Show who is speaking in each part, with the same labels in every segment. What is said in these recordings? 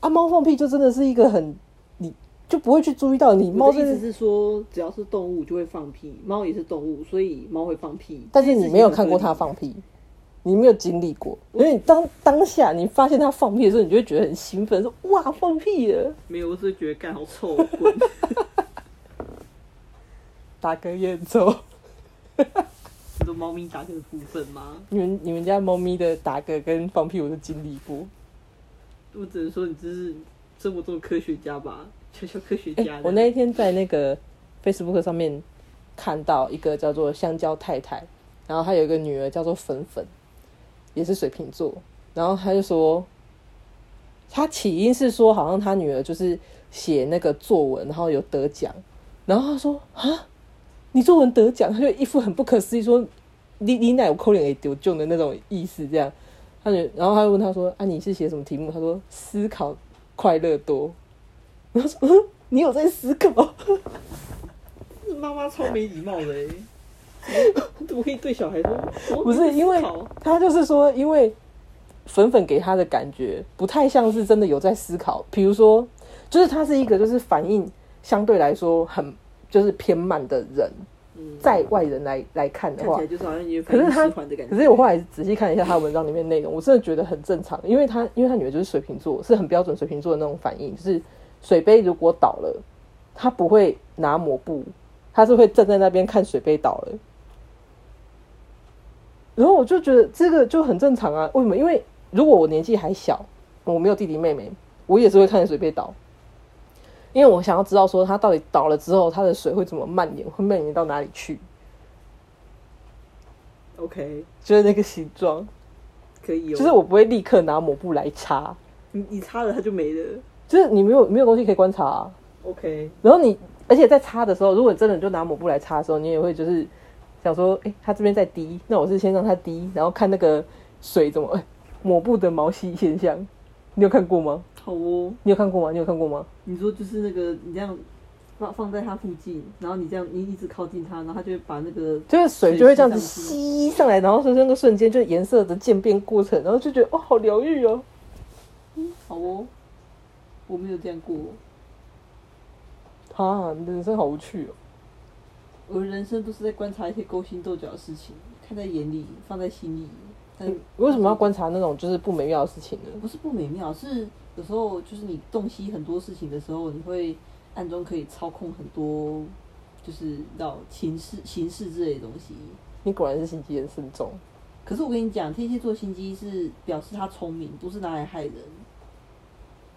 Speaker 1: 啊，猫放屁就真的是一个很，你就不会去注意到你猫
Speaker 2: 我的
Speaker 1: 这
Speaker 2: 意思是说，只要是动物就会放屁，猫也是动物，所以猫会放屁。
Speaker 1: 但是你没有看过它
Speaker 2: 它
Speaker 1: 放屁，你没有经历过，因为你当当下你发现它放屁的时候，你就会觉得很兴奋，说哇放屁了，
Speaker 2: 没有，我只是觉得干好臭，哦 滚！
Speaker 1: 打个烟抽。
Speaker 2: 你说猫咪打嗝的部分吗？
Speaker 1: 你们你们家猫咪的打嗝跟放屁我都经历过。
Speaker 2: 我只能说你这是生活中的科学家吧，小小科学
Speaker 1: 哎、
Speaker 2: 家。
Speaker 1: 我那一天在那个 Facebook 上面看到一个叫做香蕉太太，然后她有一个女儿叫做粉粉，也是水瓶座，然后她就说，她起因是说好像她女儿就是写那个作文，然后有得奖，然后她说啊，你作文得奖，她就一副很不可思议说，你你奶我扣脸给丢中的那种意思这样。她就然后她就问她说啊你是写什么题目？她说思考快乐多。然后说嗯你有在思考？
Speaker 2: 这妈妈超没礼貌的、欸， 你怎么可以对小孩说？
Speaker 1: 不是因为
Speaker 2: 我
Speaker 1: 他就是说，因为粉粉给他的感觉不太像是真的有在思考。比如说，就是他是一个就是反应相对来说很就是偏慢的人，
Speaker 2: 嗯
Speaker 1: 在外人来来看的
Speaker 2: 看
Speaker 1: 话
Speaker 2: 起来，就是好像有点
Speaker 1: 可是他
Speaker 2: 反应迟缓的感觉。
Speaker 1: 可是我后来仔细看一下他文章里面内容，我真的觉得很正常，因为他因为他女儿就是水瓶座，是很标准水瓶座的那种反应，就是水杯如果倒了，他不会拿抹布，他是会站在那边看水杯倒了。然后我就觉得这个就很正常啊，为什么？因为如果我年纪还小，我没有弟弟妹妹，我也是会看着水杯倒，因为我想要知道说它到底倒了之后，它的水会怎么蔓延，会蔓延到哪里去，
Speaker 2: OK，
Speaker 1: 就是那个形状。
Speaker 2: 可以、哦。
Speaker 1: 就是我不会立刻拿抹布来擦，
Speaker 2: 你你擦了它就没了。
Speaker 1: 就是你没有没有东西可以观察、啊。
Speaker 2: OK，
Speaker 1: 然后你，而且在擦的时候，如果你真的就拿抹布来擦的时候，你也会就是想说，哎、它这边在滴，那我是先让它滴，然后看那个水怎么、诶抹布的毛细现象，你有看过吗？
Speaker 2: 好哦。
Speaker 1: 你有看过吗？你有看过吗？
Speaker 2: 你说就是那个你这样放放在它附近，然后你这样你一直靠近它，然后它就会把那个
Speaker 1: 就是水就会这样子
Speaker 2: 水吸上
Speaker 1: 吸上来，然后是那个瞬间就颜色的渐变过程，然后就觉得哦，好疗愈哦。
Speaker 2: 好哦。我没有这样过，
Speaker 1: 啊，你的人生好无趣哦。
Speaker 2: 我的人生都是在观察一些勾心斗角的事情，看在眼里，放在心里。但
Speaker 1: 你为什么要观察那种就是不美妙的事情呢？
Speaker 2: 不是不美妙，是有时候就是你洞悉很多事情的时候，你会暗中可以操控很多，就是到情势、形势之类的东西。
Speaker 1: 你果然是心机很深重。
Speaker 2: 可是我跟你讲，天蝎座心机是表示他聪明，不是拿来害人。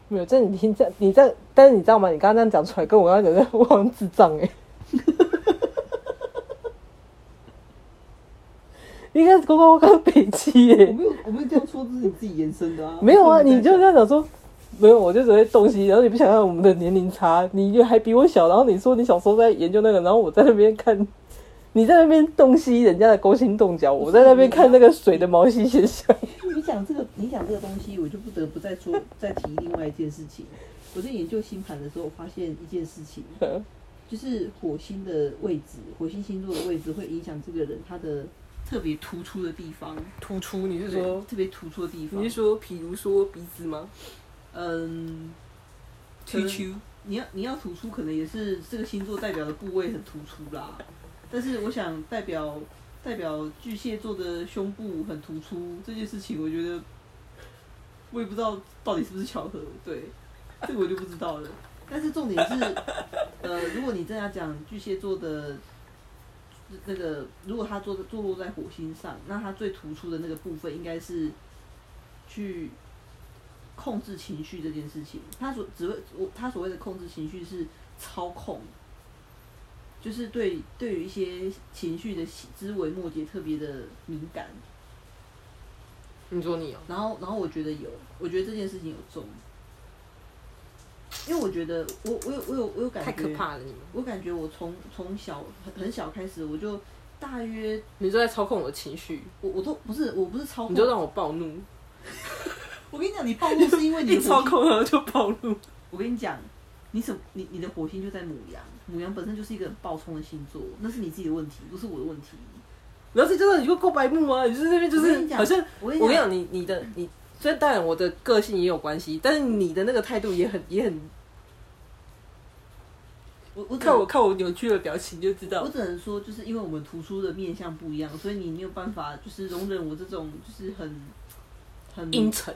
Speaker 1: 没有，这你听这你这，但是你知道吗？你刚刚这样讲出来，跟我刚刚讲的，我好像智障哎、 应该是刚刚刚北七耶、
Speaker 2: 我没有，我没有这样说，这是你自己延伸的 啊。
Speaker 1: 没有啊，
Speaker 2: 我没
Speaker 1: 你就
Speaker 2: 这
Speaker 1: 这样
Speaker 2: 样
Speaker 1: 讲说，没有，我就只会东西，然后你不想让我们的年龄差，你就还比我小，然后你说你小时候在研究那个，然后我在那边看，你在那边洞悉人家的勾心斗角，我在那边看那个水的毛细现象。
Speaker 2: 讲。你讲这个，你讲这个东西，我就不得不再说，再提另外一件事情。我在研究星盘的时候，我发现一件事情，就是火星的位置，火星星座的位置会影响这个人他的特别突出的地方。
Speaker 1: 突出，你
Speaker 2: 就
Speaker 1: 就是
Speaker 2: 说特别突出的地方。
Speaker 1: 说，比如说鼻子吗？
Speaker 2: 嗯，可能你要你要突出，可能也是这个星座代表的部位很突出啦。但是我想代表代表巨蟹座的胸部很突出这件事情，我觉得我也不知道到底是不是巧合，对，这个我就不知道了。但是重点是，呃，如果你真的要讲巨蟹座的那个，如果它坐坐落在火星上，那它最突出的那个部分应该是去控制情绪这件事情。他所只会我他所谓的控制情绪是操控，就是对对于一些情绪的细枝微末节特别的敏感。
Speaker 1: 你说你哦、
Speaker 2: 然后然后我觉得有，我觉得这件事情有中，因为我觉得我我有我有我有感觉，
Speaker 1: 了你们。
Speaker 2: 我感觉我从从小很很小开始我就。大约
Speaker 1: 你就在操控我的情绪，
Speaker 2: 我我都不是我不是操控
Speaker 1: 你，就让我暴怒，
Speaker 2: 我跟你讲，你暴怒是因 为你
Speaker 1: 一
Speaker 2: 的
Speaker 1: 操
Speaker 2: 火气
Speaker 1: 控然后就暴怒。
Speaker 2: 我跟你讲，你什你你的火星就在母羊，母羊本身就是一个很暴冲的星座，那是你自己的问题，不是我的问题。
Speaker 1: 然后再加上你就够白目啊，你就是这边就
Speaker 2: 我跟
Speaker 1: 是
Speaker 2: 你讲
Speaker 1: 好像
Speaker 2: 我跟你
Speaker 1: 我
Speaker 2: 讲
Speaker 1: 跟你讲，你你的你所以当然我的个性也有关系，但是你的那个态度也很也很，
Speaker 2: 我我只
Speaker 1: 看
Speaker 2: 能
Speaker 1: 我看我扭曲的表情就知道
Speaker 2: 我。只能说，就是因为我们图书的面向不一样，所以你没有办法就是容忍我这种就是很很
Speaker 1: 阴沉、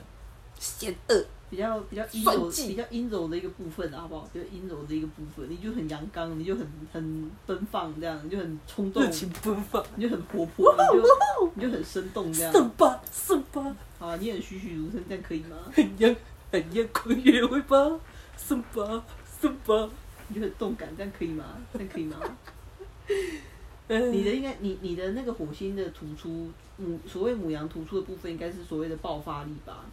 Speaker 1: 险恶，
Speaker 2: 比较比较阴
Speaker 1: 算
Speaker 2: 柔
Speaker 1: 计
Speaker 2: 比较阴柔的一个部分，好不好？比较阴柔的一个部分，你就很阳刚，你就很很奔放，这样你就很冲动
Speaker 1: 热，情奔放，哦
Speaker 2: 你就很活泼，你就你就很生动，这样
Speaker 1: 圣巴圣巴，
Speaker 2: 好啊，你很栩栩如生，这样可以吗？
Speaker 1: 很阳很阳光约会吧，圣巴圣巴。
Speaker 2: 你就很动感，这样可以吗？ 这样可以吗？你
Speaker 1: 你
Speaker 2: 的应该，你你的那个火星的突出，母所谓母羊突出的部分，应该是所谓的爆发力吧？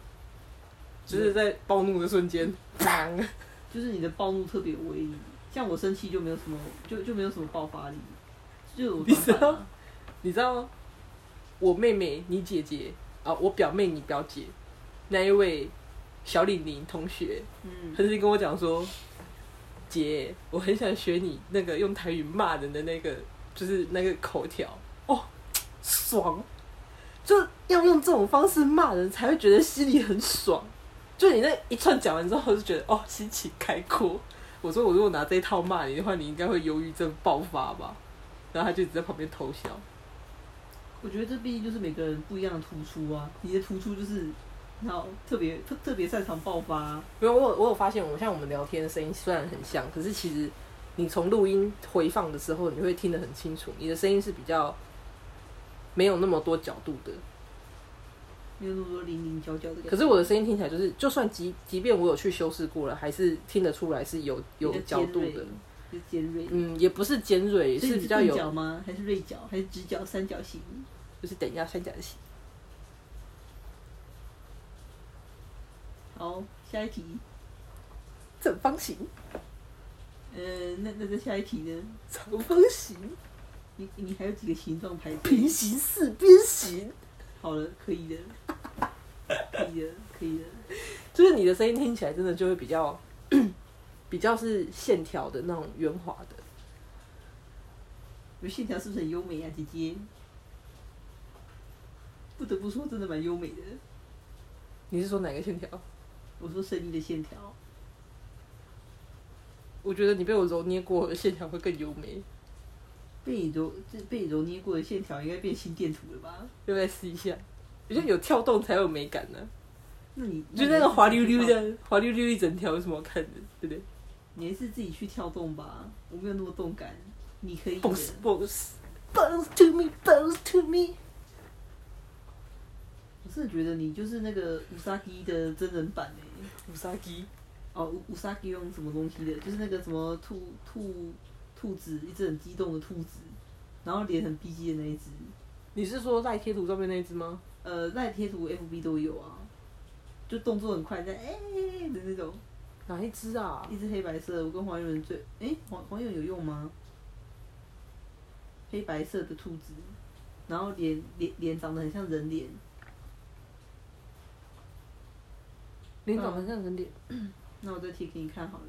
Speaker 1: 就是在暴怒的瞬 间，砰！
Speaker 2: 就是你的暴怒特别有威力。像我生气就没有什么，就就没有什么爆发力，就是我
Speaker 1: 你知道
Speaker 2: 短板啊
Speaker 1: 你知道吗？我妹妹、你姐姐啊，我表妹、你表姐，那一位小李玲同学，
Speaker 2: 嗯，
Speaker 1: 他就跟我讲说，姐，我很想学你那个用台语骂人的那个，就是那个口条哦，爽，就要用这种方式骂人才会觉得心里很爽。就你那一串讲完之后，就觉得哦，心情开阔。我说我如果拿这一套骂你的话，你应该会忧郁症爆发吧？然后他就一直在旁边偷笑。
Speaker 2: 我觉得这毕竟就是每个人不一样的突出啊。你的突出就是，然后特别特特别擅长爆发啊、
Speaker 1: 没有，我有我有发现，我们像我们聊天的声音虽然很像，可是其实你从录音回放的时候，你会听得很清楚，你的声音是比较没有那么多角度的。
Speaker 2: 没有那么多零零角角的感觉。
Speaker 1: 可是我的声音听起来就是，就算即即便我有去修饰过了，还是听得出来是有有
Speaker 2: 比较
Speaker 1: 角
Speaker 2: 尖
Speaker 1: 度
Speaker 2: 锐
Speaker 1: 的。
Speaker 2: 就尖锐，
Speaker 1: 嗯，也不是尖锐，
Speaker 2: 所以
Speaker 1: 是
Speaker 2: 你
Speaker 1: 比
Speaker 2: 是
Speaker 1: 较
Speaker 2: 钝
Speaker 1: 有，
Speaker 2: 角吗？还是锐角？还是直角三角形？
Speaker 1: 就是等一下三角形。
Speaker 2: 好，下一题。
Speaker 1: 正方形、
Speaker 2: 呃，那那再下一题呢？
Speaker 1: 长方形、
Speaker 2: 你你还有几个形状排队？
Speaker 1: 平行四边形，
Speaker 2: 好了，可以的，可以的，可以的。
Speaker 1: 就是你的声音听起来真的就会比较 比较是线条的那种圆滑的。
Speaker 2: 你线条是不是很优美啊，姐姐？不得不说，真的蛮优美的。
Speaker 1: 你是说哪个线条？
Speaker 2: 我说声音的线条，
Speaker 1: 我觉得你被我揉捏过，线条会更优美。
Speaker 2: 被你揉这被你揉捏过的线条，应该变心电图了吧？
Speaker 1: 要不要试一下？我觉得有跳动才有美感呢、
Speaker 2: 那你
Speaker 1: 就那个滑溜溜，
Speaker 2: 你还是自己去跳
Speaker 1: 的，滑溜溜一整条有什么好看的，对不对？
Speaker 2: 你还是自己去跳动吧。我没有那么动感，你可以的。
Speaker 1: bounce bounce bounce to me bounce to me。
Speaker 2: 我真的觉得你就是那个五沙基的真人版哎、
Speaker 1: 五杀鸡，
Speaker 2: 哦，乌乌萨基用什么东西的？就是那个什么兔兔兔子，一只很激动的兔子，然后脸很逼急的那一只。
Speaker 1: 你是说赖贴图上面那一只吗？
Speaker 2: 呃，赖贴图 FB 都有啊，就动作很快，在哎、的那种，
Speaker 1: 哪一只啊
Speaker 2: 一？只黑白色的。我跟黄友仁最，哎、黄黄友有用吗？黑白色的兔子，然后脸脸脸长得很像人脸，
Speaker 1: 脸长得像人脸。
Speaker 2: 那我再贴给你看好了。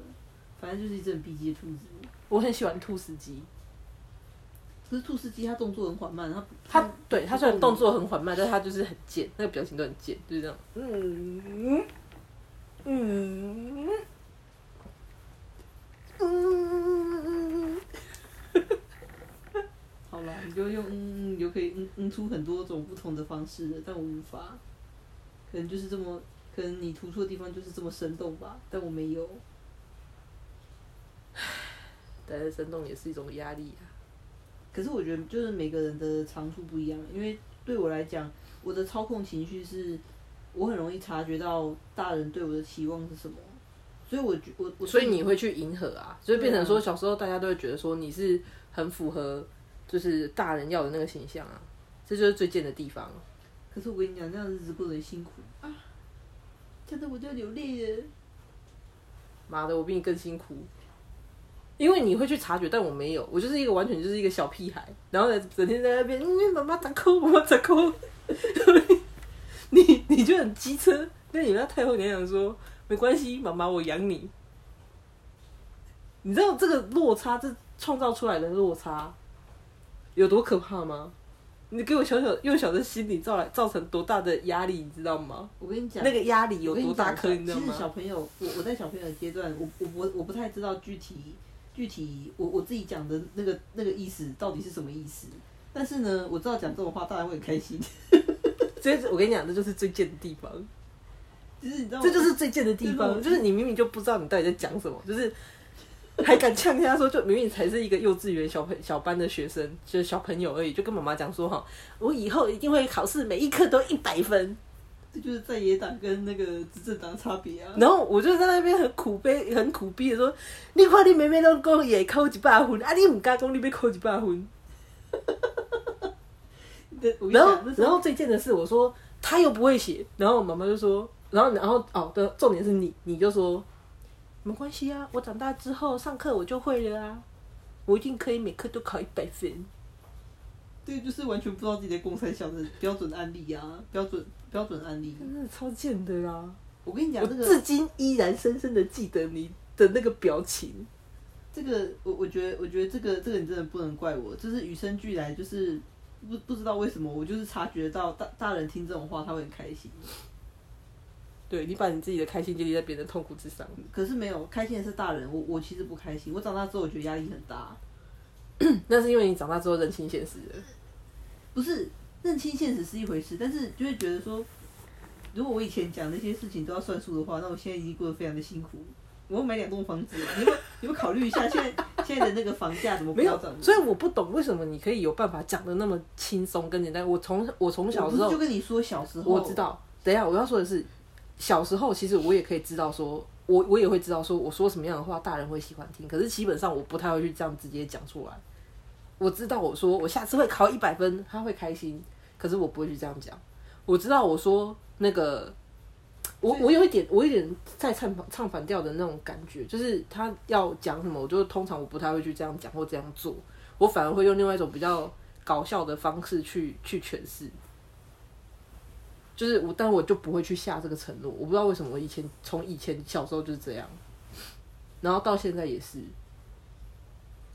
Speaker 2: 反正就是一只很逼急的兔子。
Speaker 1: 我很喜欢兔司机，
Speaker 2: 可是兔司机它动作很缓慢，它不
Speaker 1: 他对他虽然动作很缓慢，但是他就是很贱，那个表情都很贱，就是这样。嗯嗯嗯，
Speaker 2: 好啦，你就用嗯嗯嗯，就可以嗯嗯出很多种不同的方式了，但我无法，可能就是这么，可能你突出的地方就是这么生动吧，但我没有。
Speaker 1: 但是生动也是一种压力啊。
Speaker 2: 可是我觉得就是每个人的长处不一样，因为对我来讲，我的操控情绪是，我很容易察觉到大人对我的期望是什么，所以我觉我我
Speaker 1: 所以你会去迎合啊，所以变成
Speaker 2: 对
Speaker 1: 说小时候大家都会觉得说你是很符合就是大人要的那个形象啊，这就是最贱的地方。
Speaker 2: 可是我跟你讲，这样日子过得很辛苦啊，讲的我就流泪了。
Speaker 1: 妈的，我比你更辛苦，因为你会去察觉，但我没有，我就是一个完全就是一个小屁孩，然后呢，整天在那边，嗯，妈妈打 call，妈妈打 call，你你就很机车，那你那太后娘娘说没关系，妈妈我养你，你知道这个落差，这创造出来的落差有多可怕吗？你给我小小幼小的心理造来造成多大的压力，你知道吗？
Speaker 2: 我跟你讲，
Speaker 1: 那个压力有多大
Speaker 2: 我
Speaker 1: 颗，
Speaker 2: 跟
Speaker 1: 你
Speaker 2: 你
Speaker 1: 知道
Speaker 2: 讲其实小
Speaker 1: 吗？
Speaker 2: 朋友，我我在小朋友的阶段，我我我我不太知道具体具体我我自己讲的那个那个意思到底是什么意思。但是呢，我知道讲这种话，大家会很开心。
Speaker 1: 这我跟你讲，这就是最贱的地方，
Speaker 2: 就是你知道吗，
Speaker 1: 这就是最贱的地
Speaker 2: 就是
Speaker 1: 方，
Speaker 2: 我
Speaker 1: 就是你明明就不知道你到底在讲什么，就是还敢呛人家说，就明明才是一个幼稚园小朋小班的学生，就是小朋友而已，就跟妈妈讲说哈，我以后一定会考试每一科都一百分，
Speaker 2: 这就是在野党跟那个执政党的差别啊。
Speaker 1: 然后我就在那边很苦悲、很苦逼的说：“你看你妹妹拢讲伊会考一百分，啊你唔敢讲你要考一百分。然后
Speaker 2: 对我”跟你讲，那，时
Speaker 1: 然
Speaker 2: 候
Speaker 1: 后最贱的是，我说他又不会写，然后妈妈就说，然后然后哦，对，重点是你，你就说没关系啊，我长大之后上课我就会了啊，我一定可以每科都考一百分。
Speaker 2: 对，就是完全不知道自己在公三小的标准案例啊，标准标准案例。
Speaker 1: 真的超贱的啦！
Speaker 2: 我跟你讲，
Speaker 1: 我
Speaker 2: 这个
Speaker 1: 至今依然深深的记得你的那个表情。
Speaker 2: 这个我我觉得，我觉得这个这个你真的不能怪我，就是与生俱来，就是不不知道为什么，我就是察觉到大大人听这种话他会很开心，
Speaker 1: 对你把你自己的开心建立在别人的痛苦之上。
Speaker 2: 可是没有开心的是大人，我我其实不开心，我长大之后我觉得压力很大，
Speaker 1: 嗯那是因为你长大之后认清现实了。
Speaker 2: 不是认清现实是一回事，但是就会觉得说，如果我以前讲那些事情都要算数的话，那我现在已经过得非常的辛苦。我要买两栋房子，你有没有你有没有考虑一下现在现在的那个房价怎么
Speaker 1: 没
Speaker 2: 飙
Speaker 1: 有
Speaker 2: 涨，？
Speaker 1: 所以我不懂为什么你可以有办法讲的那么轻松跟简单。我从我从小的
Speaker 2: 我
Speaker 1: 时
Speaker 2: 不是
Speaker 1: 候
Speaker 2: 就，跟你说小时候，
Speaker 1: 我知道。等一下，我要说的是，小时候其实我也可以知道说，我我也会知道说，我说什么样的话大人会喜欢听。可是基本上我不太会去这样直接讲出来。我知道我说我下次会考一百分，他会开心，可是我不会去这样讲。我知道我说那个，我我有一点，我有一点在唱反唱反调的那种感觉，就是他要讲什么，我就通常我不太会去这样讲或这样做，我反而会用另外一种比较搞笑的方式去去诠释。就是我，但我就不会去下这个承诺。我不知道为什么，我以前从以前小时候就是这样，然后到现在也是，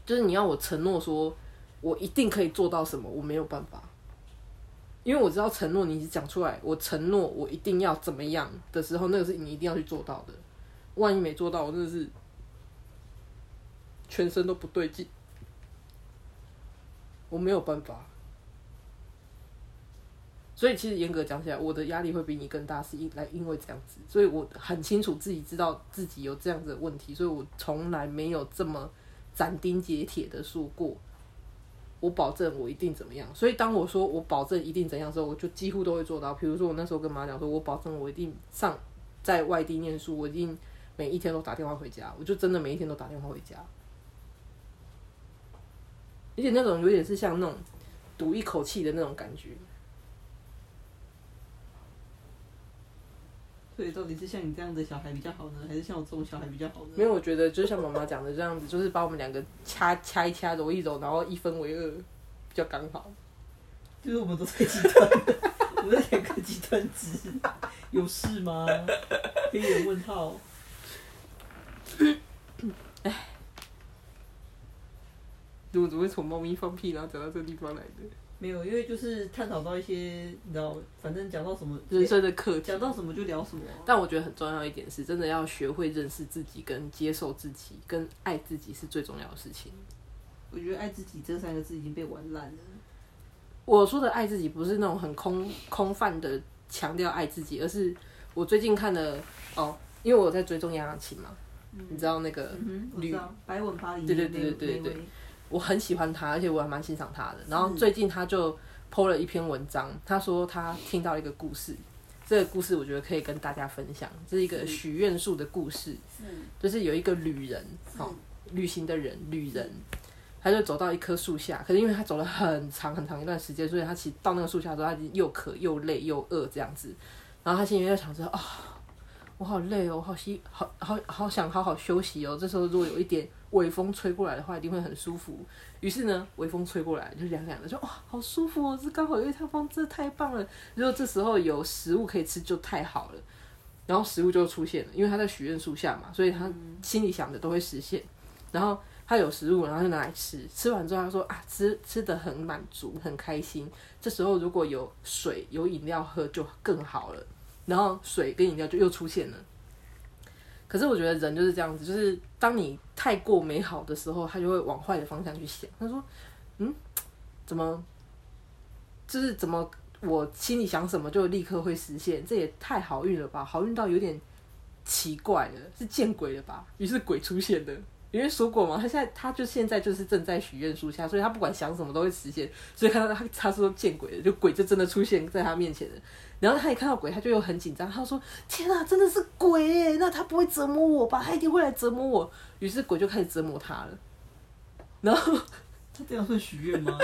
Speaker 1: 就是你要我承诺说，我一定可以做到什么，我没有办法，因为我知道承诺你讲出来，我承诺我一定要怎么样的时候，那个是你一定要去做到的。万一没做到，我真的是全身都不对劲，我没有办法。所以其实严格讲起来，我的压力会比你更大，是因来因为这样子，所以我很清楚自己知道自己有这样子的问题，所以我从来没有这么斩钉截铁的说过，我保证我一定怎么样。所以当我说我保证一定怎样的时候，我就几乎都会做到。比如说我那时候跟妈讲说，我保证我一定上在外地念书，我一定每一天都打电话回家，我就真的每一天都打电话回家，而且那种有点是像那种赌一口气的那种感觉。
Speaker 2: 所以到底是像你这样的小孩比较好呢，还是像我这种小孩比较好呢？
Speaker 1: 没有，我觉得就像妈妈讲的这样子，就是把我们两个掐掐一掐，揉一揉，然后一分为二，比较刚好。
Speaker 2: 就是我们都太极端了， 我们两个极端值，有事吗？黑人问号。
Speaker 1: 我怎么会从猫咪放屁，然后讲到这个地方来的？
Speaker 2: 没有，因为就是探讨到一些，你知道，反正讲到什么，
Speaker 1: 人生的课题
Speaker 2: 讲。到什么就聊什么啊、
Speaker 1: 但我觉得很重要一点是，真的要学会认识自己，跟接受自己，跟爱自己是最重要的事情。
Speaker 2: 我觉得“爱自己”这三个字已经被玩烂了。
Speaker 1: 我说的爱自己，不是那种很空空泛的强调爱自己，而是我最近看的哦，因为我有在追踪杨雅琴嘛，你知道那个
Speaker 2: 嗯哼，我
Speaker 1: 旅
Speaker 2: 知道，白吻巴黎，
Speaker 1: 对对对对对对我很喜欢他，而且我还蛮欣赏他的。然后最近他就 PO 了一篇文章，他说他听到一个故事，这个故事我觉得可以跟大家分享，这是一个许愿树的故事，就是有一个旅人，好、旅行的人，旅人，他就走到一棵树下，可是因为他走了很长很长一段时间，所以他其实到那个树下的时候，他已经又渴又累又饿这样子，然后他心里面就想着啊、我好累哦，我好希好好好想好好休息哦。这时候如果有一点微风吹过来的话，一定会很舒服。于是呢，微风吹过来就凉凉的，就哇，好舒服哦！这刚好有一趟风，这太棒了。如果这时候有食物可以吃，就太好了。然后食物就出现了，因为他在许愿树下嘛，所以他心里想的都会实现。然后他他有食物，然后就拿来吃，吃完之后他说啊，吃吃的很满足，很开心。这时候如果有水、有饮料喝就更好了。然后水跟饮料就又出现了。可是我觉得人就是这样子，就是当你太过美好的时候，他就会往坏的方向去想。他说，嗯，怎么，就是怎么我心里想什么就立刻会实现，这也太好运了吧？好运到有点奇怪了，是见鬼了吧？于是鬼出现了。因为说过嘛，他现在他就现在就是正在许愿树下，所以他不管想什么都会实现。所以看到他他说见鬼了，就鬼就真的出现在他面前了。然后他一看到鬼，他就又很紧张，他说：“天啊，真的是鬼耶！那他不会折磨我吧？他一定会来折磨我。”于是鬼就开始折磨他了。然后
Speaker 2: 他这样算许愿吗？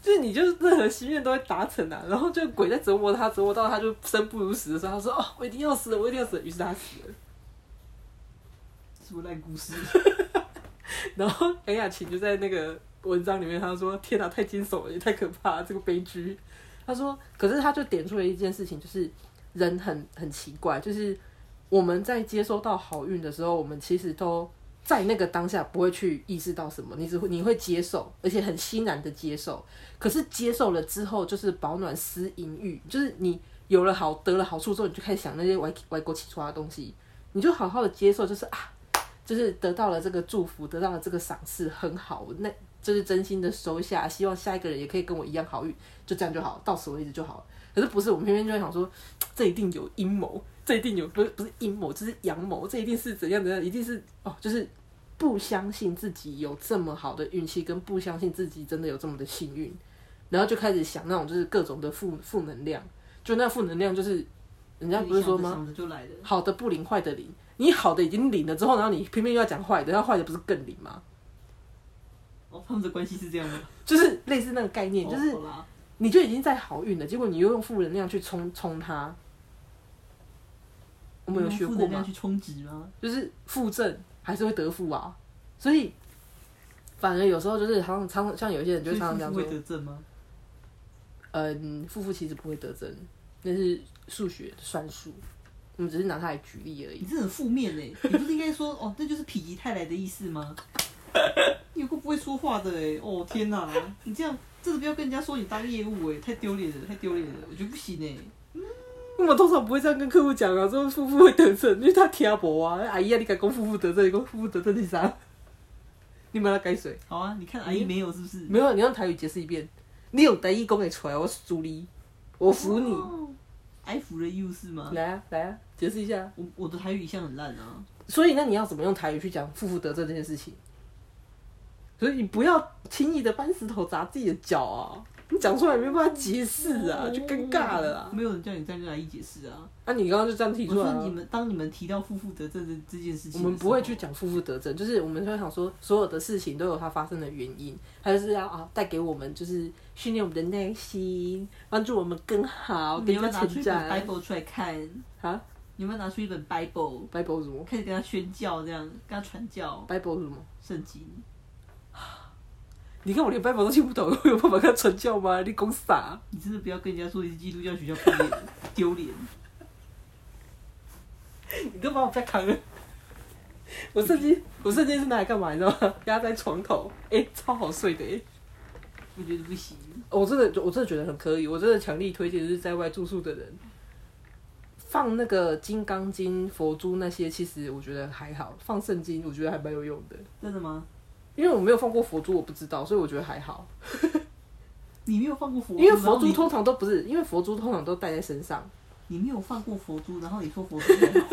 Speaker 1: 就是你就是任何心愿都会达成啊，然后就鬼在折磨他，折磨到他就生不如死的时候，他说：“哦，我一定要死了，我一定要死了。”于是他死了。
Speaker 2: 什么烂故事？
Speaker 1: 然后杨雅琴就在那个文章里面，她说：“天哪、太惊悚了，也太可怕了，这个悲剧。”她说：“可是她就点出了一件事情，就是人很很奇怪，就是我们在接收到好运的时候，我们其实都在那个当下不会去意识到什么，你只会你会接受，而且很欣然的接受。可是接受了之后，就是保暖思淫欲，就是你有了好得了好处之后，你就开始想那些歪歪国奇葩的东西，你就好好的接受，就是啊。”就是得到了这个祝福，得到了这个赏识，很好，那就是真心的收下，希望下一个人也可以跟我一样好运，就这样就好，到此为止就好了。可是不是，我们偏偏就会想说，这一定有阴谋，这一定有不是不是阴谋，这是阳谋，这一定是怎样怎样，一定是哦，就是不相信自己有这么好的运气，跟不相信自己真的有这么的幸运，然后就开始想那种就是各种的负负能量，就那负能量就是人家不是说吗？
Speaker 2: 想着就来了。
Speaker 1: 好的不灵，坏的灵。你好的已经灵了之后，然后你偏偏又要讲坏的，那坏的不是更灵吗？
Speaker 2: 哦，他们的关系是这样吗？
Speaker 1: 就是类似那个概念，就是
Speaker 2: 哦好啦
Speaker 1: 你就已经在好运了，结果你又用负能量去冲冲它。我们有学
Speaker 2: 用负
Speaker 1: 过
Speaker 2: 能量
Speaker 1: 吗？
Speaker 2: 去充值吗？
Speaker 1: 就是负正还是会得负啊，所以反而有时候就是好像常像有些人就
Speaker 2: 所
Speaker 1: 会
Speaker 2: 以
Speaker 1: 常常讲
Speaker 2: 夫妇
Speaker 1: 说
Speaker 2: 会，得症吗？
Speaker 1: 嗯，负负其实不会得正，那是数学算术，我们只是拿它来举例而已
Speaker 2: 你。这很负面哎、你不是应该说哦，这就是否极泰来的意思 吗？你有个不会说话的哎、哦天哪，你这样真的不要跟人家说你当业务哎、太丢脸了，太丢脸了，我觉得不行哎、
Speaker 1: 我通常不会这样跟客户讲啊，说夫妇会得症，因为他听不啊。阿姨啊，你敢讲夫妇得症，你讲夫妇得症是啥？你们来改水？
Speaker 2: 好啊，
Speaker 1: 嗯
Speaker 2: 你看阿姨没有是不是？
Speaker 1: 没有，你用台语解释一遍。你有台语讲得出来，我输你，我服你。
Speaker 2: 哦，I 服了 you 是吗？
Speaker 1: 来啊，来啊，解释一下。
Speaker 2: 我我的台语一向很烂啊，
Speaker 1: 所以，那你要怎么用台语去讲夫妇得症这件事情？所以你不要轻易的搬石头砸自己的脚啊！你讲出来没办法解释啊，就尴尬了啊！
Speaker 2: 哦没有人叫你再跟阿姨解释啊。
Speaker 1: 啊，你刚刚就这样提
Speaker 2: 我
Speaker 1: 出来、啊
Speaker 2: 说你。们当你们提到负负得正这这件事
Speaker 1: 我
Speaker 2: 情，
Speaker 1: 们不会去。讲负负得正，就是我们会想说，所有的事情都有它发生的原因，它就是要啊带给我们，就是训练我们的耐心，帮助我们更好，
Speaker 2: 你
Speaker 1: 更
Speaker 2: 有没
Speaker 1: 加
Speaker 2: 有拿出
Speaker 1: 成
Speaker 2: 一本
Speaker 1: 长。
Speaker 2: Bible 出来看？
Speaker 1: 啊
Speaker 2: 你有没有拿出一本 Bible
Speaker 1: ，Bible 是什么
Speaker 2: 开始跟他宣教，这样跟他传教
Speaker 1: ？Bible 是什么？
Speaker 2: 圣经？
Speaker 1: 你看我连 Bible 都听不懂， 我有办法跟他传教吗？你讲啥？
Speaker 2: 你真的不要跟人家说你是基督教学校毕业的，丢脸！
Speaker 1: 你都把我掰扛了。我圣经，我圣经是拿来干嘛？你知道吗？压在床头，哎、超好睡的、哎
Speaker 2: 我觉得不行。
Speaker 1: 我真的，我真的觉得很可以，我真的强力推荐，就是在外住宿的人，放那个《金刚经》、佛珠那些，其实我觉得还好；放圣经，我觉得还蛮有用的。
Speaker 2: 真的吗？
Speaker 1: 因为我没有放过佛珠，我不知道，所以我觉得还好。
Speaker 2: 你没有放过佛珠，
Speaker 1: 因为佛
Speaker 2: 然
Speaker 1: 珠
Speaker 2: 后
Speaker 1: 通常都不是，因为佛珠通常都带在身上。
Speaker 2: 你你没有放过佛珠，然后你说佛珠很好，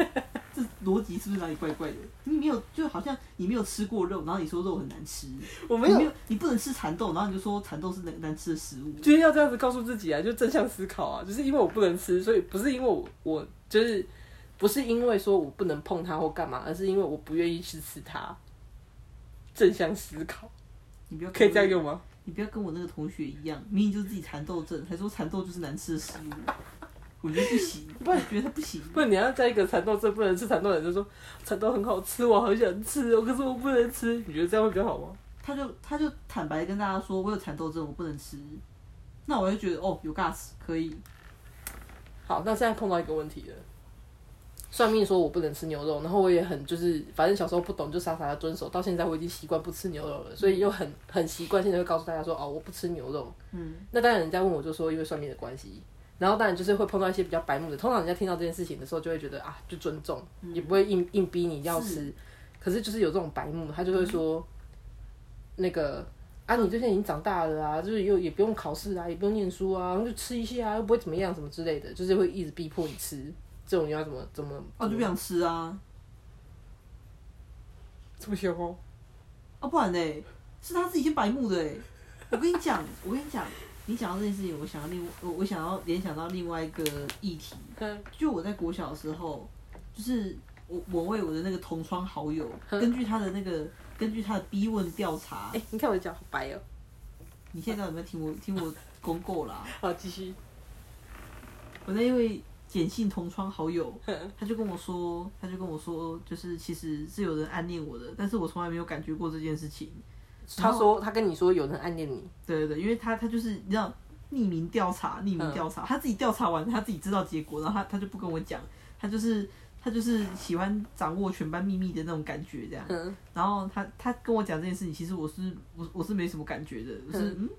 Speaker 2: 这逻辑是不是哪里怪怪的？你没有，就好像你没有吃过肉，然后你说肉很难吃。
Speaker 1: 我
Speaker 2: 你没有，你不能吃蚕豆，然后你就说蚕豆是难难吃的食物。
Speaker 1: 就是要这样子告诉自己啊，就正向思考啊，就是因为我不能吃，所以不是因为我我就是不是因为说我不能碰它或干嘛，而是因为我不愿意去吃它。正向思考
Speaker 2: 你不要跟
Speaker 1: 可以这样
Speaker 2: 我
Speaker 1: 用吗？
Speaker 2: 你不要跟我那个同学一样，明明就是自己蚕豆症，还说蚕豆就是难吃的食物，我觉得不行，
Speaker 1: 不
Speaker 2: 我觉得他不行。
Speaker 1: 不然你要在一个蚕豆症不能吃蚕豆的人就说蚕豆很好吃，我好想吃，哦，可是我不能吃。你觉得这样会比较好吗？
Speaker 2: 他就他就坦白跟大家说，我有蚕豆症，我不能吃。那我就觉得哦，有 gas 可以。
Speaker 1: 好，那现在碰到一个问题了，算命说我不能吃牛肉，然后我也很就是，反正小时候不懂就傻傻的遵守，到现在我已经习惯不吃牛肉了，所以又很 很习惯性的会告诉大家说哦我不吃牛肉。嗯，那当然人家问我就说因为算命的关系，然后当然就是会碰到一些比较白目的，通常人家听到这件事情的时候就会觉得啊就尊重，也不会硬硬逼你要吃，可是就是有这种白目，他就会说、那个。啊，你最近已经长大了啊，就是又也不用考试啊，也不用念书啊，就吃一下啊，又不会怎么样，什么之类的，就是会一直逼迫你吃，这种你要怎么怎么？
Speaker 2: 啊，就不想吃啊，
Speaker 1: 这么凶哦？
Speaker 2: 啊，不然呢？是他自己先白目的哎。我跟你讲，我跟你讲，你讲到这件事情，我想要另我我想要联想到另外一个议题，
Speaker 1: 嗯
Speaker 2: 就我在国小的时候，就是我我为我的那个同窗好友，根据他的那个根据他的逼问调查，
Speaker 1: 哎、你看我的脚好白哦。
Speaker 2: 你现在有没有听我听我公告啦？
Speaker 1: 好，继续。
Speaker 2: 我那一位简姓同窗好友，他就跟我说，他就跟我说，就是其实是有人暗恋我的，但是我从来没有感觉过这件事情。
Speaker 1: 他说他跟你说有人暗恋你，
Speaker 2: 对对对，因为他他就是你知道匿名调查，匿
Speaker 1: 嗯
Speaker 2: 名调查，他自己调查完，他自己知道结果，然后他他就不跟我讲，他就是他就是喜欢掌握全班秘密的那种感觉这样。
Speaker 1: 嗯
Speaker 2: 然后他他跟我讲这件事情，其实我是我我是没什么感觉的，我是嗯，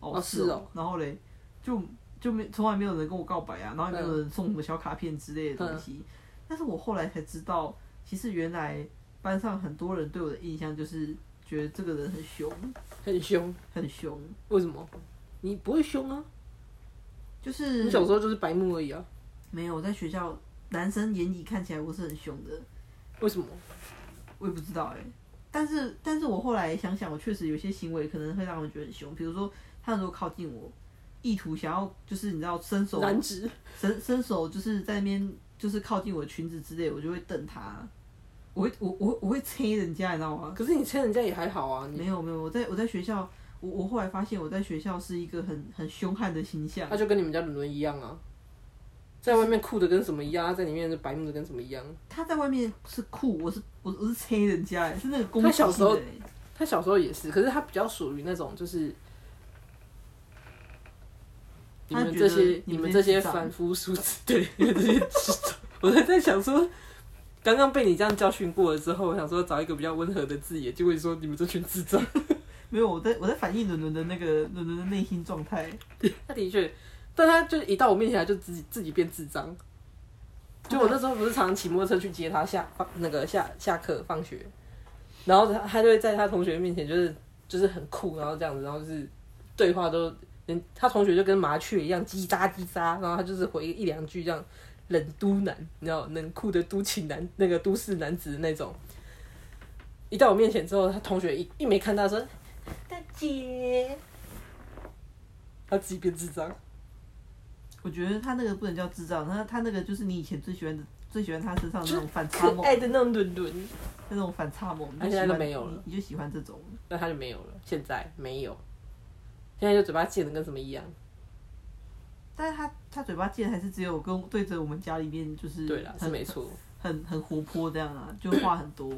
Speaker 1: 哦是哦
Speaker 2: 然后嘞就就没从来没有人跟我告白啊，然后也没
Speaker 1: 嗯
Speaker 2: 有人送什么小卡片之类的东西，但是我后来才知道，其实原来班上很多人对我的印象就是觉得这个人很凶，
Speaker 1: 很凶。
Speaker 2: 很凶，
Speaker 1: 为什么？你不会凶啊？
Speaker 2: 就是
Speaker 1: 你小时候就是白目而已啊。
Speaker 2: 没有我在学校男生眼里看起来我是很凶的，
Speaker 1: 为什么？
Speaker 2: 我也不知道哎、但是，但是我后来想想，我确实有些行为可能会让人觉得很凶，比如说他如果靠近我，意图想要就是你知道伸手
Speaker 1: 男子
Speaker 2: 伸伸手就是在那边就是靠近我的裙子之类，我就会瞪他，我会我我我会催人家，你知道吗？
Speaker 1: 可是你猜人家也还好啊，你
Speaker 2: 没有没有，我在我在学校，我我后来发现我在学校是一个很很凶悍的形象，
Speaker 1: 他就跟你们家伦伦一样啊，在外面酷的跟什么一样，他在里面就白目的跟什么一样。
Speaker 2: 他在外面是酷，我是我我是催人家、欸，是那个 攻
Speaker 1: 他
Speaker 2: 击
Speaker 1: 小时候
Speaker 2: 性的欸
Speaker 1: 他小时候也是，可是他比较属于那种就是。你
Speaker 2: 他
Speaker 1: 们
Speaker 2: 觉
Speaker 1: 这
Speaker 2: 得
Speaker 1: 些、
Speaker 2: 你
Speaker 1: 你
Speaker 2: 们
Speaker 1: 们
Speaker 2: 这
Speaker 1: 这
Speaker 2: 些
Speaker 1: 些
Speaker 2: 智障
Speaker 1: 凡夫俗子， 对，你们这些智障， 我还在想说，刚刚被你这样教训过了之后，我想说找一个比较温和的字眼，结果你说你们这群智障。
Speaker 2: 没有，我在我在反映伦伦的那个伦伦的内心状态。
Speaker 1: 他的确，但他就一到我面前来就自己自己变智障。就
Speaker 2: 嗯
Speaker 1: 我那时候不是常常骑摩托车去接他下放那个下下课放学，然后他他就会在他同学面前就是就是很酷，然后这样子，然后就是对话都连他同学就跟麻雀一样叽喳叽喳，然后他就是回一两句这样冷都男，你知道冷酷的都情男那个都市男子的那种。一到我面前之后，他同学一一没看到说大姐，他自己变智障。
Speaker 2: 我觉得他那个不能叫智障，他他那个就是你以前最喜欢的、最喜欢他身上的那种反差
Speaker 1: 可
Speaker 2: 萌，
Speaker 1: 爱的那种伦伦，
Speaker 2: 那种反差萌，你
Speaker 1: 而
Speaker 2: 就
Speaker 1: 且
Speaker 2: 喜
Speaker 1: 他
Speaker 2: 欢
Speaker 1: 都没有了
Speaker 2: 你，你就喜欢这种。
Speaker 1: 那他就没有了。现在没有，现在就嘴巴贱的跟什么一样。
Speaker 2: 但是他他嘴巴贱还是只有跟对着我们家里面就是
Speaker 1: 对啦，是
Speaker 2: 很
Speaker 1: 没错，
Speaker 2: 很很活泼这样啊，就话很多。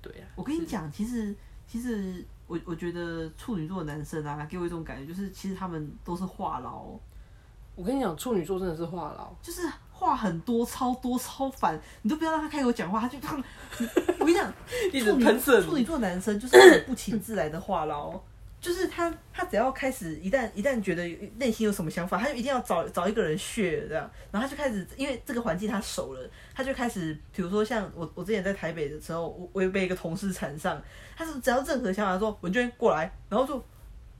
Speaker 1: 对啊呀。
Speaker 2: 我跟你
Speaker 1: 是，
Speaker 2: 讲，其实其实我我觉得处女座的男生啊，给我一种感觉就是其实他们都是话痨，哦
Speaker 1: 我跟你讲，处女座真的是话痨，
Speaker 2: 就是话很多、超多、超烦，你都不要让他开口讲话，他就我跟你讲。
Speaker 1: 一直
Speaker 2: 处女
Speaker 1: 喷射
Speaker 2: 处
Speaker 1: 你。
Speaker 2: 女座男生就是很不请自来的话痨，就是他他只要开始一旦一旦觉得内心有什么想法，他就一定要找找一个人血这样，然后他就开始因为这个环境他熟了，他就开始比如说像我我之前在台北的时候，我我也被一个同事缠上，他是只要任何想法他说文娟过来，然后就